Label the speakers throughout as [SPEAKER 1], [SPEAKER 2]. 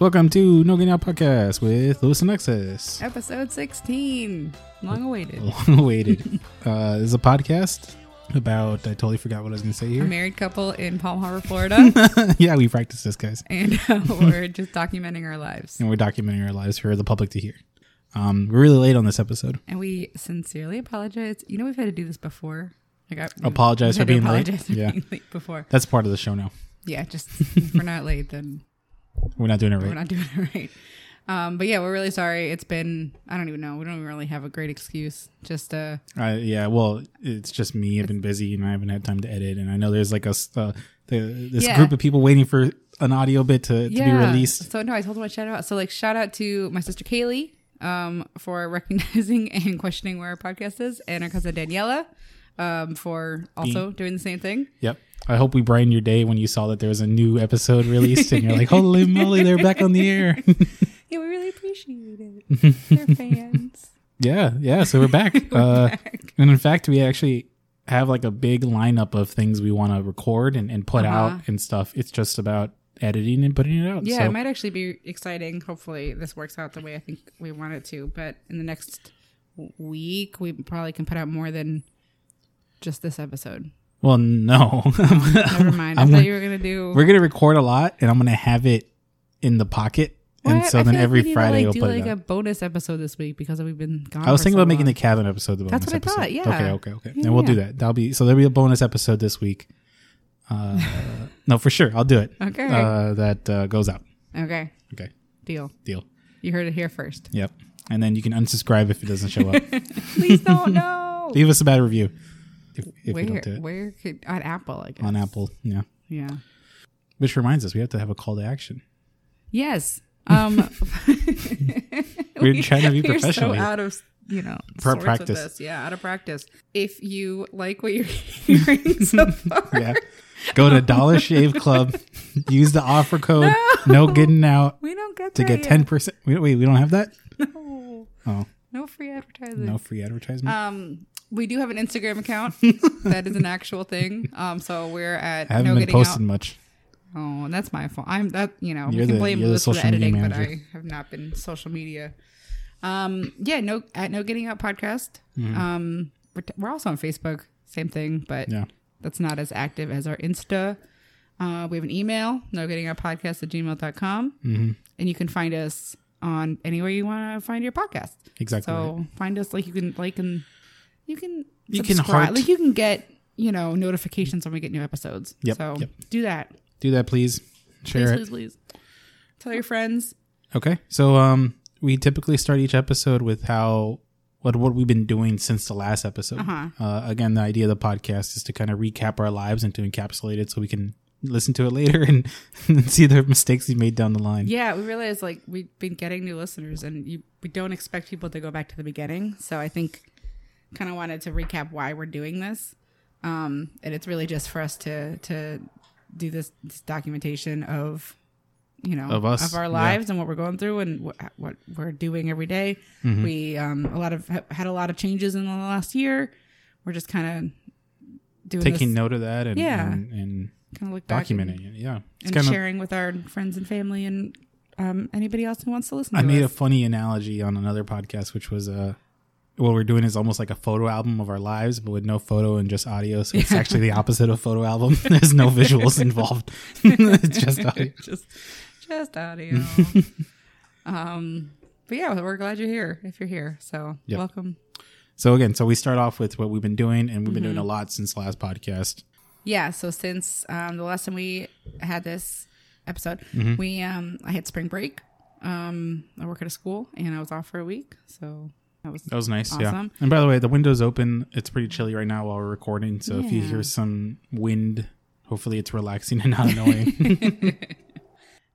[SPEAKER 1] Welcome to No Getting Out Podcast with Lewis and Nexus.
[SPEAKER 2] Episode 16. Long awaited.
[SPEAKER 1] Long awaited. uh, this is a podcast about, I totally forgot what I was going to say
[SPEAKER 2] A
[SPEAKER 1] here.
[SPEAKER 2] married couple in Palm Harbor, Florida.
[SPEAKER 1] yeah, we practice this, guys.
[SPEAKER 2] and uh, we're just documenting our lives.
[SPEAKER 1] And we're documenting our lives for the public to hear. Um, we're really late on this episode.
[SPEAKER 2] And we sincerely apologize. You know, we've had to do this before. Like, I we-
[SPEAKER 1] Apologize
[SPEAKER 2] we've had to
[SPEAKER 1] for being late?
[SPEAKER 2] apologize for
[SPEAKER 1] Yeah.
[SPEAKER 2] being late before.
[SPEAKER 1] That's part of the show now.
[SPEAKER 2] Yeah, just if we're not late, then
[SPEAKER 1] We're not doing it right.
[SPEAKER 2] we're not doing it right. Um, but yeah, we're really sorry. It's been, I don't even know. We don't really have a great excuse. Just, uh,
[SPEAKER 1] I, yeah, well, it's just me. I've been busy and I haven't had time to edit. And I know there's like a s- uh, the, this
[SPEAKER 2] Yeah.
[SPEAKER 1] group of people waiting for an audio bit to, to be released.
[SPEAKER 2] So no, I told him I shout out. So like shout out to my sister Kaylee um, for recognizing and questioning where our podcast is, and our cousin Daniela um, for also doing the same thing.
[SPEAKER 1] Yep. I hope we brightened your day when you saw that there was a new episode released and you're like, holy moly, they're back on the air.
[SPEAKER 2] Yeah, we really appreciate it. They're fans.
[SPEAKER 1] yeah. Yeah. So we're back. uh, And in fact, we actually have like a big lineup of things we want to record and, and put
[SPEAKER 2] Uh-huh.
[SPEAKER 1] out and stuff. It's just about editing and putting it out.
[SPEAKER 2] Yeah,
[SPEAKER 1] So
[SPEAKER 2] it might actually be exciting. Hopefully, this works out the way I think we want it to. But in the next w- week, we probably can put out more than just this episode.
[SPEAKER 1] well, no.
[SPEAKER 2] Never mind. I thought
[SPEAKER 1] I'm gonna-
[SPEAKER 2] you were gonna do.
[SPEAKER 1] we're going to record a lot and I'm going to have it in the pocket. And
[SPEAKER 2] What?
[SPEAKER 1] so
[SPEAKER 2] I
[SPEAKER 1] then
[SPEAKER 2] feel like
[SPEAKER 1] every
[SPEAKER 2] we need to,
[SPEAKER 1] Friday
[SPEAKER 2] like,
[SPEAKER 1] we'll
[SPEAKER 2] do
[SPEAKER 1] put
[SPEAKER 2] like
[SPEAKER 1] it
[SPEAKER 2] a
[SPEAKER 1] out.
[SPEAKER 2] bonus episode this week because we've been gone.
[SPEAKER 1] I was
[SPEAKER 2] for
[SPEAKER 1] thinking
[SPEAKER 2] so
[SPEAKER 1] about making
[SPEAKER 2] long.
[SPEAKER 1] the cabin episode the bonus
[SPEAKER 2] That's what I
[SPEAKER 1] episode.
[SPEAKER 2] thought, yeah.
[SPEAKER 1] Okay, okay, okay.
[SPEAKER 2] Yeah,
[SPEAKER 1] and we'll do
[SPEAKER 2] yeah.
[SPEAKER 1] that. That'll be so there'll be a bonus episode this week. Uh, no, for sure. I'll do it.
[SPEAKER 2] Okay.
[SPEAKER 1] Uh, that uh, goes out.
[SPEAKER 2] Okay,
[SPEAKER 1] Okay.
[SPEAKER 2] deal.
[SPEAKER 1] Deal.
[SPEAKER 2] You heard it here first.
[SPEAKER 1] Yep. And then you can unsubscribe if it doesn't show up.
[SPEAKER 2] Please don't know.
[SPEAKER 1] Leave us a bad review if, if we
[SPEAKER 2] where
[SPEAKER 1] don't do it
[SPEAKER 2] where could on Apple? I guess
[SPEAKER 1] on Apple. Yeah.
[SPEAKER 2] Yeah.
[SPEAKER 1] Which reminds us, we have to have a call to action.
[SPEAKER 2] Yes. Um,
[SPEAKER 1] We're trying to be
[SPEAKER 2] You're
[SPEAKER 1] professional.
[SPEAKER 2] so
[SPEAKER 1] here.
[SPEAKER 2] out of you know
[SPEAKER 1] For
[SPEAKER 2] sorts of
[SPEAKER 1] practice.
[SPEAKER 2] this. Yeah, out of practice. If you like what you're hearing so far,
[SPEAKER 1] yeah. Go to Dollar Shave Club. Use the offer code. No, getting out
[SPEAKER 2] we don't get
[SPEAKER 1] to
[SPEAKER 2] there
[SPEAKER 1] get
[SPEAKER 2] yet.
[SPEAKER 1] ten percent. Wait, wait, we don't have that.
[SPEAKER 2] No,
[SPEAKER 1] Oh,
[SPEAKER 2] no free advertising.
[SPEAKER 1] no free advertisement.
[SPEAKER 2] Um, we do have an Instagram account that is an actual thing. Um, so we're at
[SPEAKER 1] I haven't
[SPEAKER 2] no
[SPEAKER 1] been
[SPEAKER 2] getting
[SPEAKER 1] posting
[SPEAKER 2] out.
[SPEAKER 1] much.
[SPEAKER 2] Oh, that's my fault. I'm that you know
[SPEAKER 1] You're
[SPEAKER 2] we can
[SPEAKER 1] the-
[SPEAKER 2] blame
[SPEAKER 1] you're the
[SPEAKER 2] Lewis for the
[SPEAKER 1] social media
[SPEAKER 2] editing, but I
[SPEAKER 1] manager.
[SPEAKER 2] have not been social media. Um, yeah, no at no getting out podcast.
[SPEAKER 1] Mm-hmm.
[SPEAKER 2] Um, we're, t- we're also on Facebook, same thing, but
[SPEAKER 1] Yeah.
[SPEAKER 2] that's not as active as our Insta. Uh, we have an email, no getting out podcast at gmail.com. Mm-hmm. And you can find us on anywhere you want to find your podcast.
[SPEAKER 1] Exactly
[SPEAKER 2] So find us like you can like and you can
[SPEAKER 1] You can
[SPEAKER 2] subscribe.
[SPEAKER 1] heart.
[SPEAKER 2] like you can get you know notifications when we get new episodes.
[SPEAKER 1] Yep,
[SPEAKER 2] So
[SPEAKER 1] yep.
[SPEAKER 2] do that.
[SPEAKER 1] Do that, please.
[SPEAKER 2] Please,
[SPEAKER 1] Share it.
[SPEAKER 2] please, please. Tell your friends.
[SPEAKER 1] Okay. So um we typically start each episode with how what what we've been doing since the last episode.
[SPEAKER 2] Uh-huh.
[SPEAKER 1] Uh, again, the idea of the podcast is to kind of recap our lives and to encapsulate it so we can listen to it later and, and see the mistakes we made down the line.
[SPEAKER 2] Yeah, we realize like we've been getting new listeners, and you, we don't expect people to go back to the beginning. So I think kind of wanted to recap why we're doing this, um, and it's really just for us to to do this, this documentation of you know
[SPEAKER 1] Of us,
[SPEAKER 2] of our
[SPEAKER 1] yeah.
[SPEAKER 2] lives and what we're going through and wh- what we're doing every day.
[SPEAKER 1] Mm-hmm.
[SPEAKER 2] We um, a lot of ha- had a lot of changes in the last year. We're just kind of doing
[SPEAKER 1] Taking
[SPEAKER 2] this,
[SPEAKER 1] note of that and
[SPEAKER 2] Yeah.
[SPEAKER 1] and, and
[SPEAKER 2] kind of look back and-
[SPEAKER 1] documenting it. Yeah. It's
[SPEAKER 2] and
[SPEAKER 1] kind of
[SPEAKER 2] sharing with our friends and family and um, anybody else who wants to listen.
[SPEAKER 1] I
[SPEAKER 2] to
[SPEAKER 1] made a
[SPEAKER 2] us.
[SPEAKER 1] funny analogy on another podcast, which was uh, what we're doing is almost like a photo album of our lives, but with no photo and just audio. So it's actually the opposite of photo album. There's no visuals involved. it's just audio.
[SPEAKER 2] just just audio. um, but yeah, we're glad you're here. If you're here, so
[SPEAKER 1] Yep.
[SPEAKER 2] welcome.
[SPEAKER 1] So again, so we start off with what we've been doing, and we've been
[SPEAKER 2] Mm-hmm.
[SPEAKER 1] doing a lot since last podcast.
[SPEAKER 2] Yeah. So since um, the last time we had this episode,
[SPEAKER 1] Mm-hmm.
[SPEAKER 2] we um, I had spring break. Um, I work at a school, and I was off for a week, so that was
[SPEAKER 1] That was nice. Yeah.
[SPEAKER 2] Awesome.
[SPEAKER 1] And by the way, the window's open. It's pretty chilly right now while we're recording. So if you
[SPEAKER 2] Yeah.
[SPEAKER 1] hear some wind, hopefully it's relaxing and not annoying.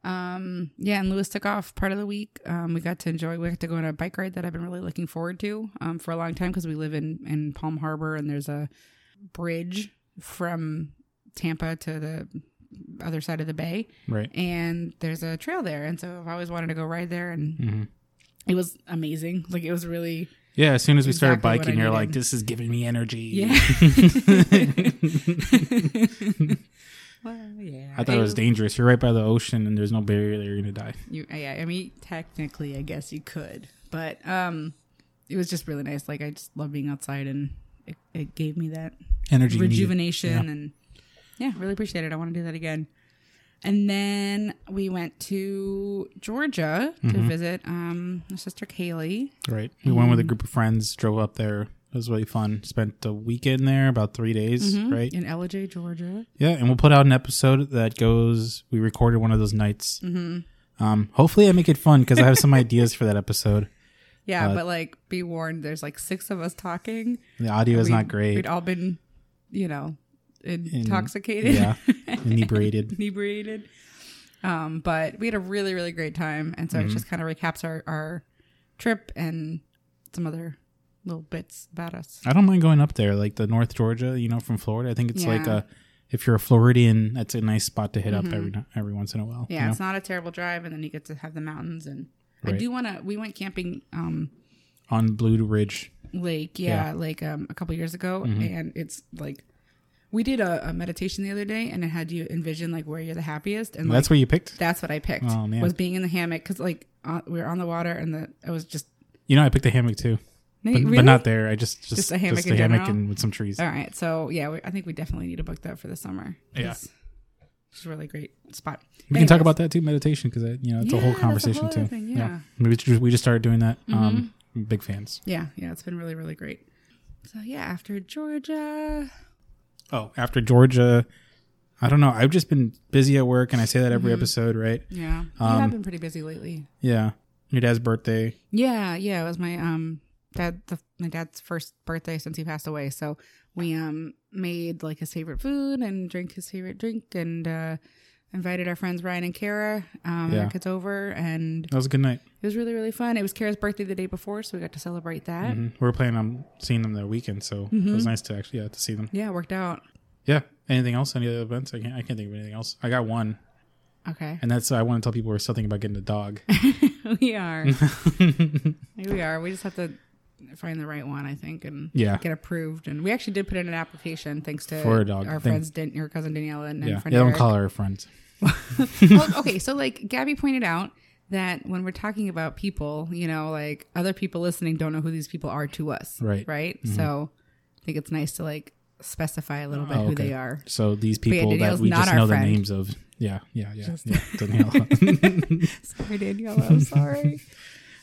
[SPEAKER 2] Um, yeah, and Lewis took off part of the week. Um, we got to enjoy. We got to go on a bike ride that I've been really looking forward to um, for a long time because we live in in Palm Harbor and there's a bridge from Tampa to the other side of the bay,
[SPEAKER 1] right.
[SPEAKER 2] and there's a trail there. And so I've always wanted to go ride there, and
[SPEAKER 1] Mhm.
[SPEAKER 2] it was amazing. Like it was really
[SPEAKER 1] Yeah. As soon as we started
[SPEAKER 2] Exactly what
[SPEAKER 1] biking,
[SPEAKER 2] I
[SPEAKER 1] you're like,
[SPEAKER 2] needed.
[SPEAKER 1] this is giving me energy.
[SPEAKER 2] yeah. Well, yeah.
[SPEAKER 1] I thought it was dangerous. You're right by the ocean, and there's no barrier there. You're gonna die.
[SPEAKER 2] You, yeah, I mean, technically, I guess you could, but um, it was just really nice. Like I just love being outside, and it, it gave me that
[SPEAKER 1] Energy you need.
[SPEAKER 2] rejuvenation,
[SPEAKER 1] Yeah.
[SPEAKER 2] and yeah, really appreciate it. I want to do that again. And then we went to Georgia
[SPEAKER 1] Mm-hmm.
[SPEAKER 2] to visit um, my sister Kaylee.
[SPEAKER 1] Right.
[SPEAKER 2] Mm-hmm.
[SPEAKER 1] We went with a group of friends. Drove up there. It was really fun. Spent a weekend there, about three days. Right.
[SPEAKER 2] in LJ, Georgia.
[SPEAKER 1] Yeah, and we'll put out an episode that goes. We recorded one of those nights. Mm-hmm. Um, hopefully, I make it fun because I have some ideas for that episode. Uh,
[SPEAKER 2] Yeah, but like, be warned, there's like six of us talking.
[SPEAKER 1] The audio is
[SPEAKER 2] We'd-
[SPEAKER 1] not great.
[SPEAKER 2] We'd all been, you know, intoxicated,
[SPEAKER 1] Yeah, inebriated.
[SPEAKER 2] inebriated. Um, but we had a really, really great time, and so
[SPEAKER 1] Mm-hmm.
[SPEAKER 2] it just kind of recaps our our trip and some other little bits about us.
[SPEAKER 1] I don't mind going up there, like the North Georgia, you know, from Florida. I think it's like
[SPEAKER 2] Yeah. Mm-hmm.
[SPEAKER 1] a if you're a Floridian, that's a nice spot to hit up every no- every once in a while.
[SPEAKER 2] Yeah,
[SPEAKER 1] you know?
[SPEAKER 2] it's not a terrible drive, and then you get to have the mountains. And I
[SPEAKER 1] Right.
[SPEAKER 2] do want to. We went camping um
[SPEAKER 1] on Blue Ridge.
[SPEAKER 2] lake, yeah, like um a couple years ago,
[SPEAKER 1] Mm-hmm.
[SPEAKER 2] and it's like. We did a, a meditation the other day, and it had you envision like where you're the happiest, and like,
[SPEAKER 1] that's what you picked.
[SPEAKER 2] That's what I picked.
[SPEAKER 1] Oh, man.
[SPEAKER 2] Was being in the hammock because like uh, we were on the water and the it was just
[SPEAKER 1] You know, I picked a hammock too,
[SPEAKER 2] Nate,
[SPEAKER 1] but, but
[SPEAKER 2] really?
[SPEAKER 1] not there. I just just,
[SPEAKER 2] Just a hammock in
[SPEAKER 1] a hammock
[SPEAKER 2] general?
[SPEAKER 1] and with some trees.
[SPEAKER 2] All right, so yeah, we, I think we definitely need to book that for the summer.
[SPEAKER 1] Yeah.
[SPEAKER 2] it's, it's a really great spot.
[SPEAKER 1] We can talk about that too, meditation, because you know it's a
[SPEAKER 2] Yeah,
[SPEAKER 1] whole
[SPEAKER 2] that's a
[SPEAKER 1] conversation
[SPEAKER 2] whole other
[SPEAKER 1] too.
[SPEAKER 2] thing, yeah. Mm-hmm.
[SPEAKER 1] we just, we just started doing that. Um, big fans.
[SPEAKER 2] Yeah, yeah, it's been really really great. So yeah, after Georgia,
[SPEAKER 1] Oh, after Georgia, I don't know. I've just been busy at work, and I say that every
[SPEAKER 2] Mm-hmm.
[SPEAKER 1] episode, right?
[SPEAKER 2] yeah,
[SPEAKER 1] Um,
[SPEAKER 2] you have been pretty busy lately.
[SPEAKER 1] Yeah, your dad's birthday.
[SPEAKER 2] Yeah, yeah, it was my um dad the my dad's first birthday since he passed away. So we um made like his favorite food and drank his favorite drink and uh invited our friends Ryan and Kara, um
[SPEAKER 1] Yeah.
[SPEAKER 2] our kids over and
[SPEAKER 1] That was a good night.
[SPEAKER 2] it was really really fun. It was Kara's birthday the day before, so we got to celebrate that.
[SPEAKER 1] Mhm. We were planning on seeing them that weekend, so
[SPEAKER 2] Mm-hmm.
[SPEAKER 1] it was nice to actually yeah to see them.
[SPEAKER 2] Yeah, it worked out.
[SPEAKER 1] Yeah. Anything else? Any other events? I can't. I can't think of anything else. I got one,
[SPEAKER 2] Okay.
[SPEAKER 1] and that's I want to tell people we're still thinking about getting a dog.
[SPEAKER 2] we are. we are. We just have to find the right one, I think, and
[SPEAKER 1] Yeah.
[SPEAKER 2] get approved. And we actually did put in an application thanks to
[SPEAKER 1] For a dog,
[SPEAKER 2] our
[SPEAKER 1] thank-
[SPEAKER 2] friends, Dan- your cousin Daniela and, and
[SPEAKER 1] yeah.
[SPEAKER 2] friend
[SPEAKER 1] They don't
[SPEAKER 2] Eric.
[SPEAKER 1] call her a friend.
[SPEAKER 2] well, okay, so like Gabby pointed out that when we're talking about people, you know, like other people listening don't know who these people are to us.
[SPEAKER 1] Right. Mm-hmm.
[SPEAKER 2] Right. So I think it's nice to like specify a little bit
[SPEAKER 1] Oh,
[SPEAKER 2] who
[SPEAKER 1] okay.
[SPEAKER 2] they are.
[SPEAKER 1] So these
[SPEAKER 2] yeah,
[SPEAKER 1] people that
[SPEAKER 2] Danielle's
[SPEAKER 1] we
[SPEAKER 2] not
[SPEAKER 1] just
[SPEAKER 2] our
[SPEAKER 1] know
[SPEAKER 2] friend.
[SPEAKER 1] the names of. Yeah, yeah, yeah. yeah. Danielle.
[SPEAKER 2] Sorry, Danielle. I'm sorry.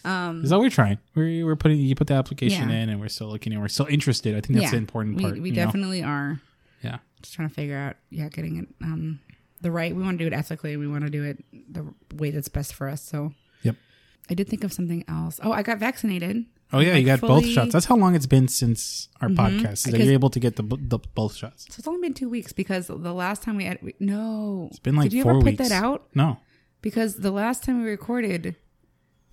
[SPEAKER 1] Is all we're trying. We're, we're putting you put the application
[SPEAKER 2] Yeah.
[SPEAKER 1] in, and we're still looking, and we're still interested. I think that's the important
[SPEAKER 2] we,
[SPEAKER 1] part.
[SPEAKER 2] We
[SPEAKER 1] you know?
[SPEAKER 2] definitely are
[SPEAKER 1] yeah.
[SPEAKER 2] just trying to figure out, yeah, getting it um, the right. We want to do it ethically. We want to do it the way that's best for us. So
[SPEAKER 1] Yep.
[SPEAKER 2] I did think of something else. Oh, I got vaccinated.
[SPEAKER 1] Oh yeah, you got both
[SPEAKER 2] fully-
[SPEAKER 1] shots. That's how long it's been since our podcast. Is that
[SPEAKER 2] Mm-hmm. Because-
[SPEAKER 1] you're able to get the, b- the both shots?
[SPEAKER 2] So it's only been two weeks because the last time we had, we, no. It's
[SPEAKER 1] been, like,
[SPEAKER 2] Did you
[SPEAKER 1] four
[SPEAKER 2] ever
[SPEAKER 1] weeks.
[SPEAKER 2] put that out?
[SPEAKER 1] No.
[SPEAKER 2] because the last time we recorded,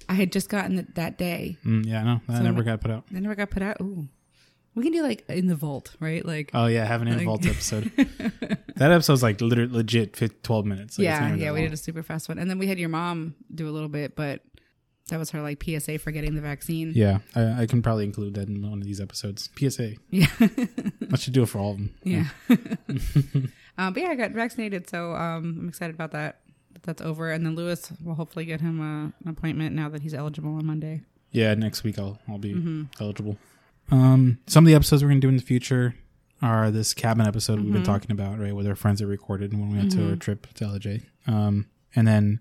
[SPEAKER 2] I had just gotten it that day.
[SPEAKER 1] Mm, yeah, no. That never got put out.
[SPEAKER 2] Then never got put out. Ooh, we can do like in the vault, right? Like,
[SPEAKER 1] Oh yeah, have an involved episode. that episode's like liter- legit fif- twelve minutes. Like, it's not
[SPEAKER 2] yeah,
[SPEAKER 1] even
[SPEAKER 2] yeah,
[SPEAKER 1] that
[SPEAKER 2] we
[SPEAKER 1] long.
[SPEAKER 2] did a super fast one, and then we had your mom do a little bit, but that was her like PSA for getting the vaccine.
[SPEAKER 1] Yeah, I, I can probably include that in one of these episodes. PSA.
[SPEAKER 2] Yeah,
[SPEAKER 1] I should do it for all of them.
[SPEAKER 2] yeah. um, but yeah, I got vaccinated, so um, I'm excited about that. That's over, and then Lewis will hopefully get him a, an appointment now that he's eligible on Monday.
[SPEAKER 1] Yeah, next week I'll I'll be
[SPEAKER 2] Mm-hmm.
[SPEAKER 1] eligible. Um, some of the episodes we're gonna do in the future are this cabin episode we've
[SPEAKER 2] Mm-hmm.
[SPEAKER 1] been talking about, right, where their friends are recorded when we went to our trip to LJ. Um, and then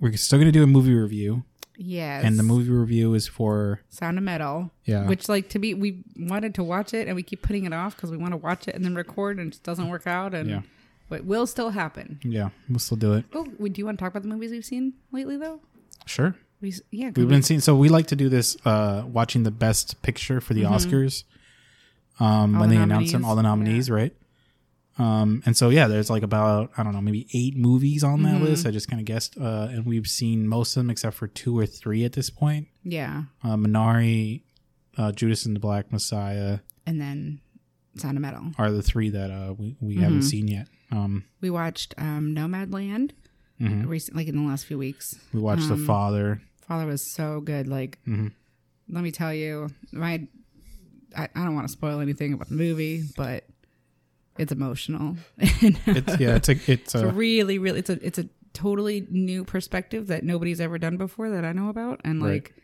[SPEAKER 1] we're still gonna do a movie review,
[SPEAKER 2] Yes,
[SPEAKER 1] and the movie review is for
[SPEAKER 2] Sound of Metal.
[SPEAKER 1] Yeah.
[SPEAKER 2] Which, like, to be, we wanted to watch it and we keep putting it off because we want to watch it and then record and it just doesn't work out. And
[SPEAKER 1] Yeah.
[SPEAKER 2] but will still happen.
[SPEAKER 1] yeah, we'll still do it.
[SPEAKER 2] Oh, we do you want to talk about the movies we've seen lately, though?
[SPEAKER 1] Sure.
[SPEAKER 2] We s- yeah, 'cause
[SPEAKER 1] We've been seeing so we like to do this uh watching the best picture for the Oscars. Um
[SPEAKER 2] Mm-hmm. All
[SPEAKER 1] when
[SPEAKER 2] the
[SPEAKER 1] they announce them,
[SPEAKER 2] nominees.
[SPEAKER 1] all the nominees, right? Um and so yeah, there's like about I don't know, maybe eight movies on that
[SPEAKER 2] Mm-hmm.
[SPEAKER 1] list. I just kinda guessed. Uh and we've seen most of them except for two or three at this point.
[SPEAKER 2] yeah,
[SPEAKER 1] Uh Minari, uh Judas and the Black Messiah
[SPEAKER 2] and then Sound of Metal.
[SPEAKER 1] are the three that uh we, we haven't
[SPEAKER 2] Mm-hmm.
[SPEAKER 1] seen yet. Um
[SPEAKER 2] We watched um, Nomadland
[SPEAKER 1] Mhm.
[SPEAKER 2] recent, like in the last few weeks.
[SPEAKER 1] we watched
[SPEAKER 2] Mm.
[SPEAKER 1] The Father.
[SPEAKER 2] Father was so good. Like,
[SPEAKER 1] Mm-hmm.
[SPEAKER 2] let me tell you, my I, I don't want to spoil anything about the movie, but it's emotional.
[SPEAKER 1] It's yeah, it's uh, a, it's
[SPEAKER 2] It's
[SPEAKER 1] a,
[SPEAKER 2] a really, really it's a it's a totally new perspective that nobody's ever done before that I know about, and
[SPEAKER 1] Right.
[SPEAKER 2] like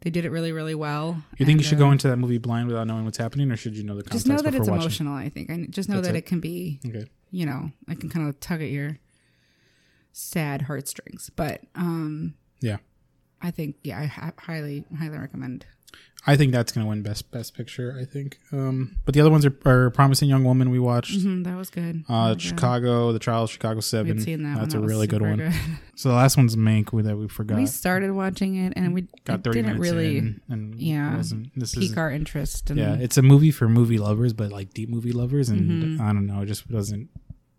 [SPEAKER 2] they did it really, really well.
[SPEAKER 1] You think
[SPEAKER 2] And,
[SPEAKER 1] you should
[SPEAKER 2] uh,
[SPEAKER 1] go into that movie blind without knowing what's happening, or should you know the
[SPEAKER 2] Just
[SPEAKER 1] context
[SPEAKER 2] know that
[SPEAKER 1] before
[SPEAKER 2] it's
[SPEAKER 1] watching?
[SPEAKER 2] emotional. I think. I just know
[SPEAKER 1] That's
[SPEAKER 2] that
[SPEAKER 1] it.
[SPEAKER 2] it. can be,
[SPEAKER 1] Okay,
[SPEAKER 2] you know, I can kind of tug at your sad heartstrings. But um,
[SPEAKER 1] yeah,
[SPEAKER 2] I think yeah, I hi- highly, highly recommend.
[SPEAKER 1] I think that's gonna win best best picture. I think, um, but the other ones are, are promising young woman we watched,
[SPEAKER 2] Mhm, that was good.
[SPEAKER 1] uh, Chicago, the trial of Chicago
[SPEAKER 2] we
[SPEAKER 1] Seven.
[SPEAKER 2] had seen that.
[SPEAKER 1] that's
[SPEAKER 2] one. That
[SPEAKER 1] a
[SPEAKER 2] was
[SPEAKER 1] really good
[SPEAKER 2] super
[SPEAKER 1] one. So the last one's Mank we- that we forgot.
[SPEAKER 2] We started watching it, and we
[SPEAKER 1] Mm, Got thirty
[SPEAKER 2] didn't
[SPEAKER 1] minutes
[SPEAKER 2] really
[SPEAKER 1] in, and
[SPEAKER 2] yeah,
[SPEAKER 1] wasn't this is
[SPEAKER 2] pique our interest. And
[SPEAKER 1] yeah, it's a movie for movie lovers, but like deep movie lovers, and
[SPEAKER 2] Mm-hmm.
[SPEAKER 1] I don't know, it just doesn't.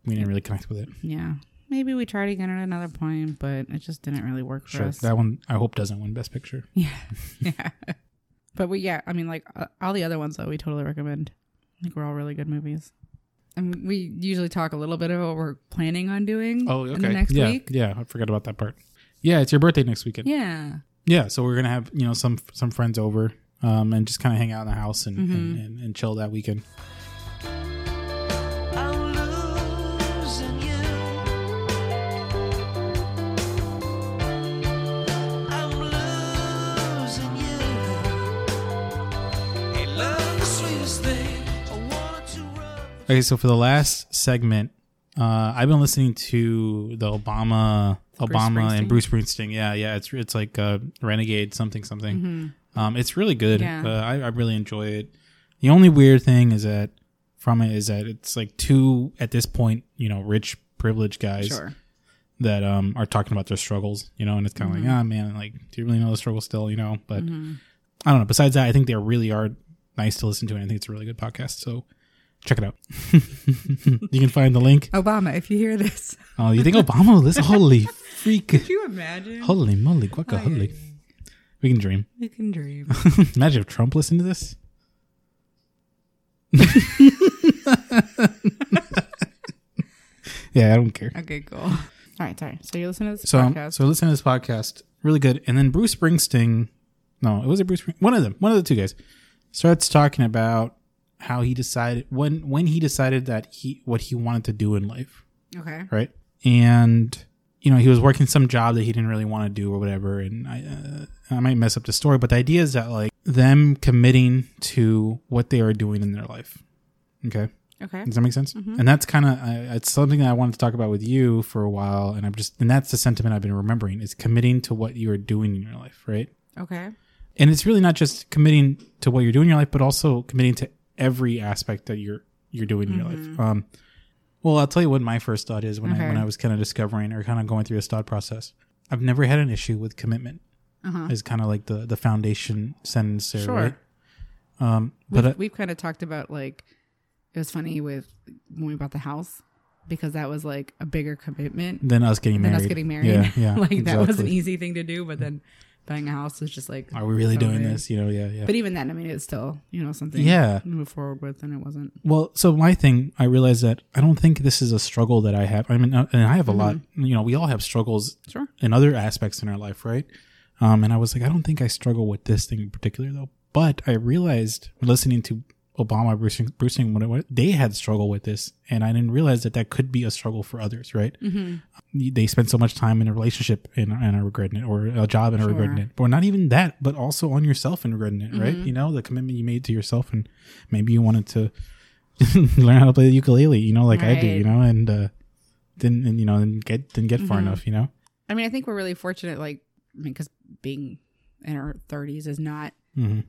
[SPEAKER 1] We didn't really connect with it.
[SPEAKER 2] Yeah. Maybe we tried again at another point, but it just didn't really work for
[SPEAKER 1] Sure,
[SPEAKER 2] us.
[SPEAKER 1] that one I hope doesn't win best picture.
[SPEAKER 2] yeah. yeah. But we, yeah, I mean, like uh, all the other ones, though, we totally recommend. I think we're all really good movies. And we usually talk a little bit about what we're planning on doing
[SPEAKER 1] Oh,
[SPEAKER 2] in
[SPEAKER 1] okay.
[SPEAKER 2] the next
[SPEAKER 1] yeah,
[SPEAKER 2] week.
[SPEAKER 1] yeah, I forgot about that part. Yeah, it's your birthday next weekend.
[SPEAKER 2] Yeah.
[SPEAKER 1] yeah so we're gonna have you know some some friends over um and just kind of hang out in the house and, and,
[SPEAKER 2] Mm-hmm.
[SPEAKER 1] and and chill that weekend
[SPEAKER 3] I'm losing you. I'm losing you. Hey, love the sweetest thing. I wanted to run.
[SPEAKER 1] okay so for the last segment uh i've been listening to the obama
[SPEAKER 2] Bruce
[SPEAKER 1] obama and
[SPEAKER 2] Springsteen?
[SPEAKER 1] bruce springsteen yeah yeah it's it's like uh renegade something something um it's really good
[SPEAKER 2] Mm-hmm. Yeah.
[SPEAKER 1] uh, I, I really enjoy it the only weird thing is that from it is that it's like two at this point you know rich privileged guys
[SPEAKER 2] Sure.
[SPEAKER 1] that um are talking about their struggles, you know, and it's kind of like, ah, man, like, do you really know the struggle still, you know? But I don't know. Besides that, I think they really are nice to listen to, and I think it's a really good podcast. So check it out. you can find the link.
[SPEAKER 2] Obama, if you hear this,
[SPEAKER 1] Oh, you think Obama? This holy freak!
[SPEAKER 2] you imagine?
[SPEAKER 1] Holy moly, guaca, holy. We can dream.
[SPEAKER 2] You can dream.
[SPEAKER 1] Imagine if Trump listened to this. yeah, I don't care.
[SPEAKER 2] okay, cool. All right, sorry. So you're listening to this
[SPEAKER 1] So,
[SPEAKER 2] podcast.
[SPEAKER 1] so listen to this podcast. Really good. And then Bruce Springsteen, no, it was a Bruce, Spring- one of them, one of the two guys, starts talking about how he decided when when he decided that he what he wanted to do in life,
[SPEAKER 2] okay.
[SPEAKER 1] right? And you know he was working some job that he didn't really want to do or whatever. And I uh, I might mess up the story, but the idea is that like them committing to what they are doing in their life. Okay.
[SPEAKER 2] Okay.
[SPEAKER 1] Does that make sense?
[SPEAKER 2] Mm-hmm.
[SPEAKER 1] And that's kind of uh, it's something that I wanted to talk about with you for a while, and I'm just and that's the sentiment I've been remembering is committing to what you are doing in your life, right?
[SPEAKER 2] Okay.
[SPEAKER 1] And it's really not just committing to what you're doing in your life, but also committing to every aspect that you're you're doing in your life. Um, well, I'll tell you what my first thought is when I
[SPEAKER 2] Mm-hmm. Okay.
[SPEAKER 1] when I was kind of discovering or kind of going through this thought process. I've never had an issue with commitment.
[SPEAKER 2] Uh-huh.
[SPEAKER 1] Is kind of like the the foundation sentence there,
[SPEAKER 2] Sure.
[SPEAKER 1] right? Um,
[SPEAKER 2] we've,
[SPEAKER 1] but I-
[SPEAKER 2] we've kind of talked about like it was funny with when we bought the house because that was like a bigger commitment
[SPEAKER 1] then us getting
[SPEAKER 2] than
[SPEAKER 1] married,
[SPEAKER 2] us getting married.
[SPEAKER 1] yeah, yeah,
[SPEAKER 2] like that was an
[SPEAKER 1] exactly.
[SPEAKER 2] easy thing to do, but then buying a house was just like,
[SPEAKER 1] Are we really
[SPEAKER 2] so
[SPEAKER 1] doing
[SPEAKER 2] big.
[SPEAKER 1] this? You know, yeah, yeah.
[SPEAKER 2] But even then, I mean, it's still you know something
[SPEAKER 1] Yeah.
[SPEAKER 2] to move forward with, and it wasn't.
[SPEAKER 1] Well, so my thing, I realized that I don't think this is a struggle that I have. I mean, uh, and I have a lot. You know, we all have struggles
[SPEAKER 2] Sure.
[SPEAKER 1] in other aspects in our life, right? Um, and I was like, I don't think I struggle with this thing in particular, though. But I realized listening to Obama, Bruce, Bruce, and what- what- they had struggle with this, and I didn't realize that that could be a struggle for others, right? They spend so much time in a relationship and, and are regretting it, or a job and are regretting it, or not even that, but also on yourself and regretting it, right? You know, the commitment you made to yourself, and maybe you wanted to learn how to play the ukulele, you know, like I do,
[SPEAKER 2] Right.
[SPEAKER 1] you know, and uh, didn't, and, you know, and get didn't get far enough, you know.
[SPEAKER 2] I mean, I think we're really fortunate, like I mean, because being in our thirties is not
[SPEAKER 1] hmm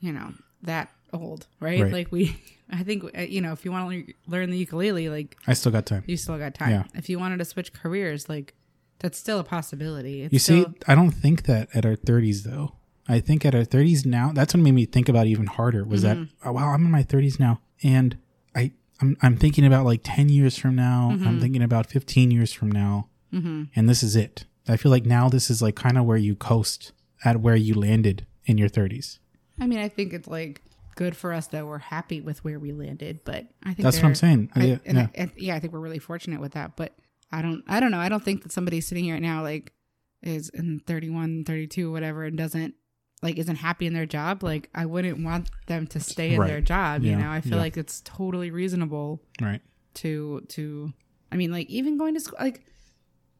[SPEAKER 2] you know that old, right?
[SPEAKER 1] Right.
[SPEAKER 2] Like we, I think uh, you know if you want to learn the ukulele, like
[SPEAKER 1] I still got time.
[SPEAKER 2] you still got time.
[SPEAKER 1] Yeah.
[SPEAKER 2] If you wanted to switch careers, like that's still a possibility. It's
[SPEAKER 1] You see,
[SPEAKER 2] still,
[SPEAKER 1] I don't think that at our 30s though. I think at our 30s now, that's what made me think about it even harder was that oh, wow, I'm in my 30s now and I I'm, I'm thinking about like 10 years from now, I'm thinking about 15 years from now. And this is it. I feel like now this is like kind of where you coast at where you landed in your 30s.
[SPEAKER 2] I mean, I think it's like good for us that we're happy with where we landed, but I think
[SPEAKER 1] That's what I'm
[SPEAKER 2] there-
[SPEAKER 1] saying.
[SPEAKER 2] I,
[SPEAKER 1] yeah,
[SPEAKER 2] and
[SPEAKER 1] yeah.
[SPEAKER 2] I, and- yeah, I think we're really fortunate with that, but I don't, I don't know. I don't think that somebody sitting here right now, like is in 31, 32, whatever, and doesn't like, isn't happy in their job. Like I wouldn't want them to stay in
[SPEAKER 1] Right.
[SPEAKER 2] their job.
[SPEAKER 1] Yeah,
[SPEAKER 2] You know, I feel
[SPEAKER 1] yeah.
[SPEAKER 2] like it's totally reasonable
[SPEAKER 1] right.
[SPEAKER 2] to to I mean like even going to school like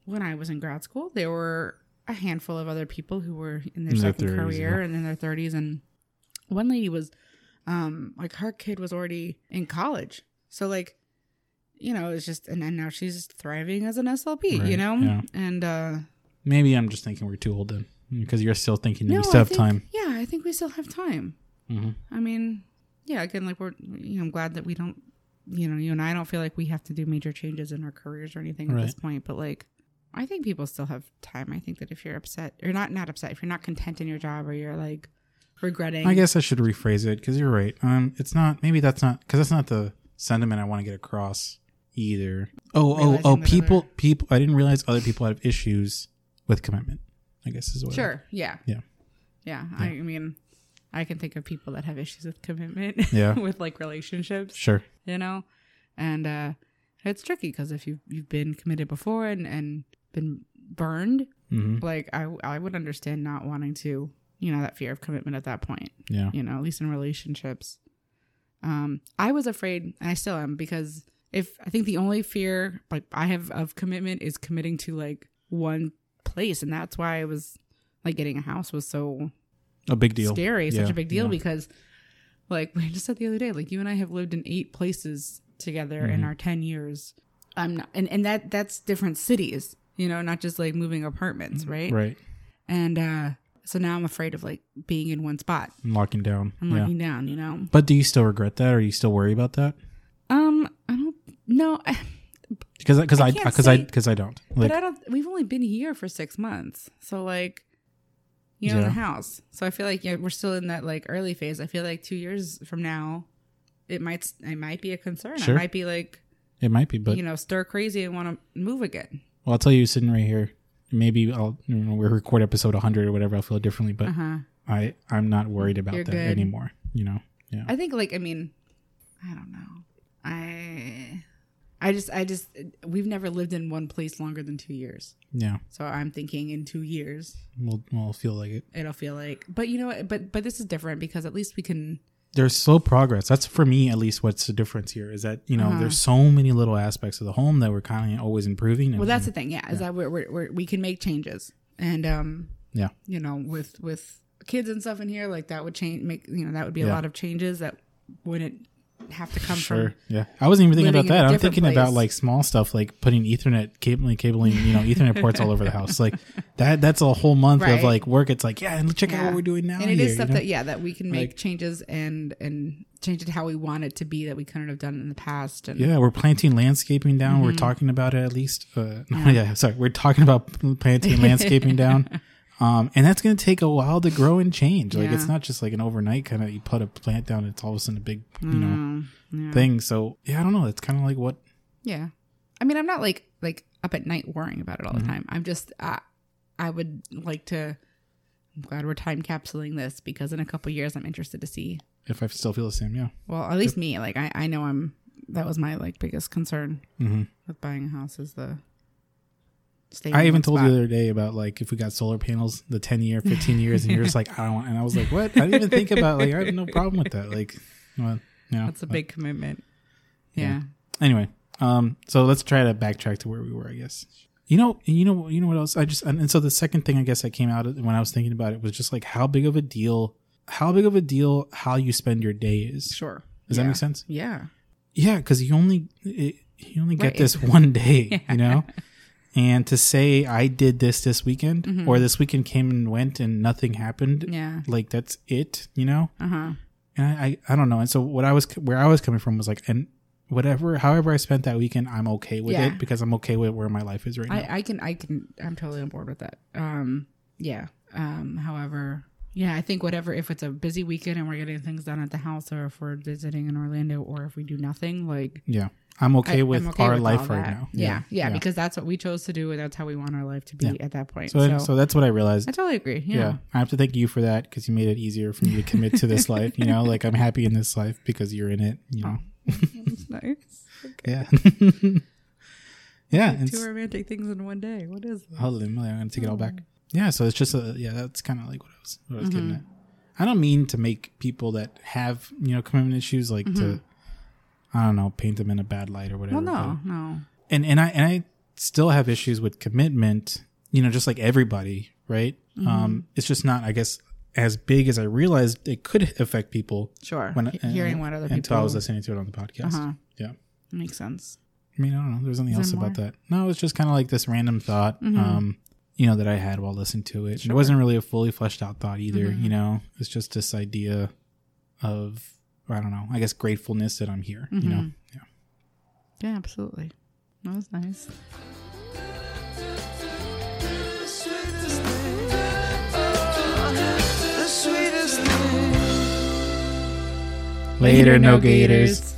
[SPEAKER 2] when I was in grad school there were a handful of other people who were in their
[SPEAKER 1] In their
[SPEAKER 2] second
[SPEAKER 1] 30s,
[SPEAKER 2] career
[SPEAKER 1] yeah.
[SPEAKER 2] and in their 30s and one lady was um like her kid was already in college so like you know it's just and, and now she's thriving as an slp you
[SPEAKER 1] Right,
[SPEAKER 2] know
[SPEAKER 1] yeah.
[SPEAKER 2] and uh
[SPEAKER 1] Maybe I'm just thinking we're too old then, because you're still thinking we
[SPEAKER 2] I
[SPEAKER 1] still have
[SPEAKER 2] think-
[SPEAKER 1] time.
[SPEAKER 2] yeah i think we still have time
[SPEAKER 1] Mhm.
[SPEAKER 2] I mean, yeah, again, like we're, you know, I'm glad that we don't, you know, you and I don't feel like we have to do major changes in our careers or anything at this
[SPEAKER 1] Right.
[SPEAKER 2] point, but like, I think people still have time. I think that if you're upset, or not, not upset, if you're not content in your job or you're like regretting,
[SPEAKER 1] I guess I should rephrase it because you're right. Um, it's not maybe that's not because that's not the sentiment I want to get across either. Oh, oh, oh,
[SPEAKER 2] Realizing that
[SPEAKER 1] people,
[SPEAKER 2] other-
[SPEAKER 1] people. I didn't realize other people have issues with commitment. I guess is what.
[SPEAKER 2] sure, yeah,
[SPEAKER 1] Yeah.
[SPEAKER 2] yeah. I mean, I can think of people that have issues with commitment,
[SPEAKER 1] Yeah.
[SPEAKER 2] with like relationships,
[SPEAKER 1] Sure.
[SPEAKER 2] you know, and uh it's tricky because if you you've been committed before and and been burned,
[SPEAKER 1] hmm
[SPEAKER 2] like I, I would understand not wanting to you know that fear of commitment at that point
[SPEAKER 1] Yeah.
[SPEAKER 2] you know at least in relationships um i was afraid and i still am because if i think the only fear like i have of commitment is committing to like one place and that's why i was like getting a house was so
[SPEAKER 1] A big deal.
[SPEAKER 2] scary
[SPEAKER 1] Yeah,
[SPEAKER 2] such a big deal
[SPEAKER 1] yeah.
[SPEAKER 2] because like we just said the other day like you and i have lived in eight places together
[SPEAKER 1] Mm-hmm.
[SPEAKER 2] in our 10 years i'm not and, and that that's different cities you know not just like moving apartments
[SPEAKER 1] Mm-hmm.
[SPEAKER 2] right
[SPEAKER 1] right.
[SPEAKER 2] and uh so now i'm afraid of like being in one spot
[SPEAKER 1] And locking down.
[SPEAKER 2] i'm
[SPEAKER 1] yeah.
[SPEAKER 2] looking down you know
[SPEAKER 1] But do you still regret that, or you still worry about that?
[SPEAKER 2] um i don't know
[SPEAKER 1] Because because I
[SPEAKER 2] can't
[SPEAKER 1] because I
[SPEAKER 2] say-
[SPEAKER 1] because I, don't. Like
[SPEAKER 2] but i don't we've only been here for six months so like you know in
[SPEAKER 1] Yeah.
[SPEAKER 2] the house so i feel like yeah, we're still in that like early phase i feel like two years from now it might it might be a concern
[SPEAKER 1] Sure.
[SPEAKER 2] i might be like
[SPEAKER 1] it might be, but
[SPEAKER 2] you know stir crazy and want to move again
[SPEAKER 1] well, I'll tell you, sitting right here, maybe I'll you know, we'll record episode 100 or whatever. I'll feel differently, but
[SPEAKER 2] uh-huh
[SPEAKER 1] I I'm not worried about
[SPEAKER 2] You're
[SPEAKER 1] that
[SPEAKER 2] good.
[SPEAKER 1] anymore. You know. Yeah.
[SPEAKER 2] I think like I mean, I don't know. I I just I just we've never lived in one place longer than 2 years.
[SPEAKER 1] yeah.
[SPEAKER 2] So I'm thinking in 2 years
[SPEAKER 1] We'll we'll feel like it.
[SPEAKER 2] it'll feel like but you know what but but this is different because at least we can
[SPEAKER 1] there's slow progress. That's for me at least what's the difference here is that, you know,
[SPEAKER 2] Uh-huh.
[SPEAKER 1] there's so many little aspects of the home that we're kind of always improving. And,
[SPEAKER 2] well that's the thing yeah is that we're, we're, we're we can make changes and um
[SPEAKER 1] yeah.
[SPEAKER 2] you know with with kids and stuff in here like that would change make you know that would be a
[SPEAKER 1] Yeah.
[SPEAKER 2] lot of changes that wouldn't have to come
[SPEAKER 1] Sure.
[SPEAKER 2] from
[SPEAKER 1] Yeah. I wasn't even thinking
[SPEAKER 2] living in
[SPEAKER 1] about
[SPEAKER 2] a
[SPEAKER 1] that. I'm
[SPEAKER 2] different
[SPEAKER 1] thinking about
[SPEAKER 2] place.
[SPEAKER 1] like small stuff like putting ethernet cabling cabling, you know, ethernet ports all over the house. Like that that's a whole month
[SPEAKER 2] Right.
[SPEAKER 1] of like work. It's like, yeah, and check out
[SPEAKER 2] Yeah.
[SPEAKER 1] what we're doing now.
[SPEAKER 2] and it
[SPEAKER 1] here,
[SPEAKER 2] is stuff
[SPEAKER 1] you know?
[SPEAKER 2] that yeah that we can make
[SPEAKER 1] Like-
[SPEAKER 2] changes and and change it how we want it to be that we couldn't have done in the past and
[SPEAKER 1] yeah, we're planting landscaping down.
[SPEAKER 2] Mm-hmm.
[SPEAKER 1] We're talking about it at least. Uh, yeah. sorry, we're talking about planting landscaping down, um, and that's going to take a while to grow and change. Like it's
[SPEAKER 2] Yeah.
[SPEAKER 1] not just like an overnight kind of. You put a plant down, it's all of a sudden a big, you know,
[SPEAKER 2] Um, yeah.
[SPEAKER 1] thing. So yeah, I don't know. It's kind of like what
[SPEAKER 2] yeah i mean i'm not like like up at night worrying about it all
[SPEAKER 1] Mm-hmm.
[SPEAKER 2] the time i'm just uh, i would like to i'm glad we're time capsuling this because in a couple years i'm interested to see
[SPEAKER 1] if I still feel the same. Yeah,
[SPEAKER 2] well at least me like i i know i'm that was my like biggest concern
[SPEAKER 1] Mhm.
[SPEAKER 2] with buying a house is the staying
[SPEAKER 1] I
[SPEAKER 2] in
[SPEAKER 1] even
[SPEAKER 2] one
[SPEAKER 1] told you
[SPEAKER 2] spot.
[SPEAKER 1] the other day about like if we got solar panels, the ten year, fifteen years, and you're just like I don't. want And I was like, what? I didn't even think about like I have no problem with that. Like, well, you know,
[SPEAKER 2] that's a big commitment
[SPEAKER 1] Uh, Yeah.
[SPEAKER 2] yeah.
[SPEAKER 1] anyway um so let's try to backtrack to where we were i guess you know you know you know what else i just and, and so the second thing i guess that came out of- when i was thinking about it was just like how big of a deal how big of a deal how you spend your day is
[SPEAKER 2] sure
[SPEAKER 1] does that
[SPEAKER 2] Yeah.
[SPEAKER 1] make sense
[SPEAKER 2] yeah
[SPEAKER 1] yeah because you only it, you only get
[SPEAKER 2] Right.
[SPEAKER 1] this one day you know and to say i did this this weekend or this weekend came and went and nothing happened
[SPEAKER 2] Mm-hmm. Yeah.
[SPEAKER 1] like that's it you know
[SPEAKER 2] Uh huh.
[SPEAKER 1] and I, I I don't know. And so what I was where I was coming from was like and whatever however I spent that weekend, I'm okay with
[SPEAKER 2] Yeah.
[SPEAKER 1] it because I'm okay with where my life is right now.
[SPEAKER 2] I, I can I can I'm totally on board with that. Um yeah. Um however yeah, I think whatever if it's a busy weekend and we're getting things done at the house or if we're visiting in Orlando or if we do nothing, like
[SPEAKER 1] yeah. I'm
[SPEAKER 2] I-
[SPEAKER 1] okay
[SPEAKER 2] I'm
[SPEAKER 1] with
[SPEAKER 2] okay
[SPEAKER 1] our
[SPEAKER 2] with all
[SPEAKER 1] life right
[SPEAKER 2] that.
[SPEAKER 1] now.
[SPEAKER 2] Yeah. Yeah, because that's what we chose to do and that's how we want our life to be at that point.
[SPEAKER 1] so,
[SPEAKER 2] So,
[SPEAKER 1] so that's what I realized.
[SPEAKER 2] I totally agree. Yeah.
[SPEAKER 1] yeah. I have to thank you for that because you made it easier for me to commit to this life. You know, like I'm happy in this life because you're in it. You know,
[SPEAKER 2] It's nice.
[SPEAKER 1] yeah, yeah. and
[SPEAKER 2] Two
[SPEAKER 1] s-
[SPEAKER 2] romantic things in one day. What is that?
[SPEAKER 1] Holy moly, I'm gonna take it all
[SPEAKER 2] Mm.
[SPEAKER 1] back. Yeah, so it's just a yeah, that's kinda like what I was what I was
[SPEAKER 2] Mm-hmm.
[SPEAKER 1] getting at. I don't mean to make people that have, you know, commitment issues like to I don't know, paint them in a bad light or whatever.
[SPEAKER 2] Mm-hmm. Well, no,
[SPEAKER 1] but-
[SPEAKER 2] no.
[SPEAKER 1] And and I and I still have issues with commitment. You know, just like everybody, right?
[SPEAKER 2] Mm-hmm.
[SPEAKER 1] Um, it's just not, I guess, as big as I realized it could affect people.
[SPEAKER 2] Sure.
[SPEAKER 1] When
[SPEAKER 2] He- hearing what other
[SPEAKER 1] until I was
[SPEAKER 2] people-
[SPEAKER 1] listening to it on the podcast.
[SPEAKER 2] Uh-huh.
[SPEAKER 1] Yeah.
[SPEAKER 2] Makes sense.
[SPEAKER 1] I mean, I don't know. There's nothing
[SPEAKER 2] there
[SPEAKER 1] else about that. No, it's just kind of like this random thought, um, you know, that I had while listening to it. And it wasn't really a fully fleshed out thought either. You know, it's just this idea of I don't know. I guess gratefulness that I'm here. You know, yeah.
[SPEAKER 2] Yeah, absolutely. That was nice.
[SPEAKER 3] The sweetest thing. The sweetest thing.
[SPEAKER 1] Later, no gators.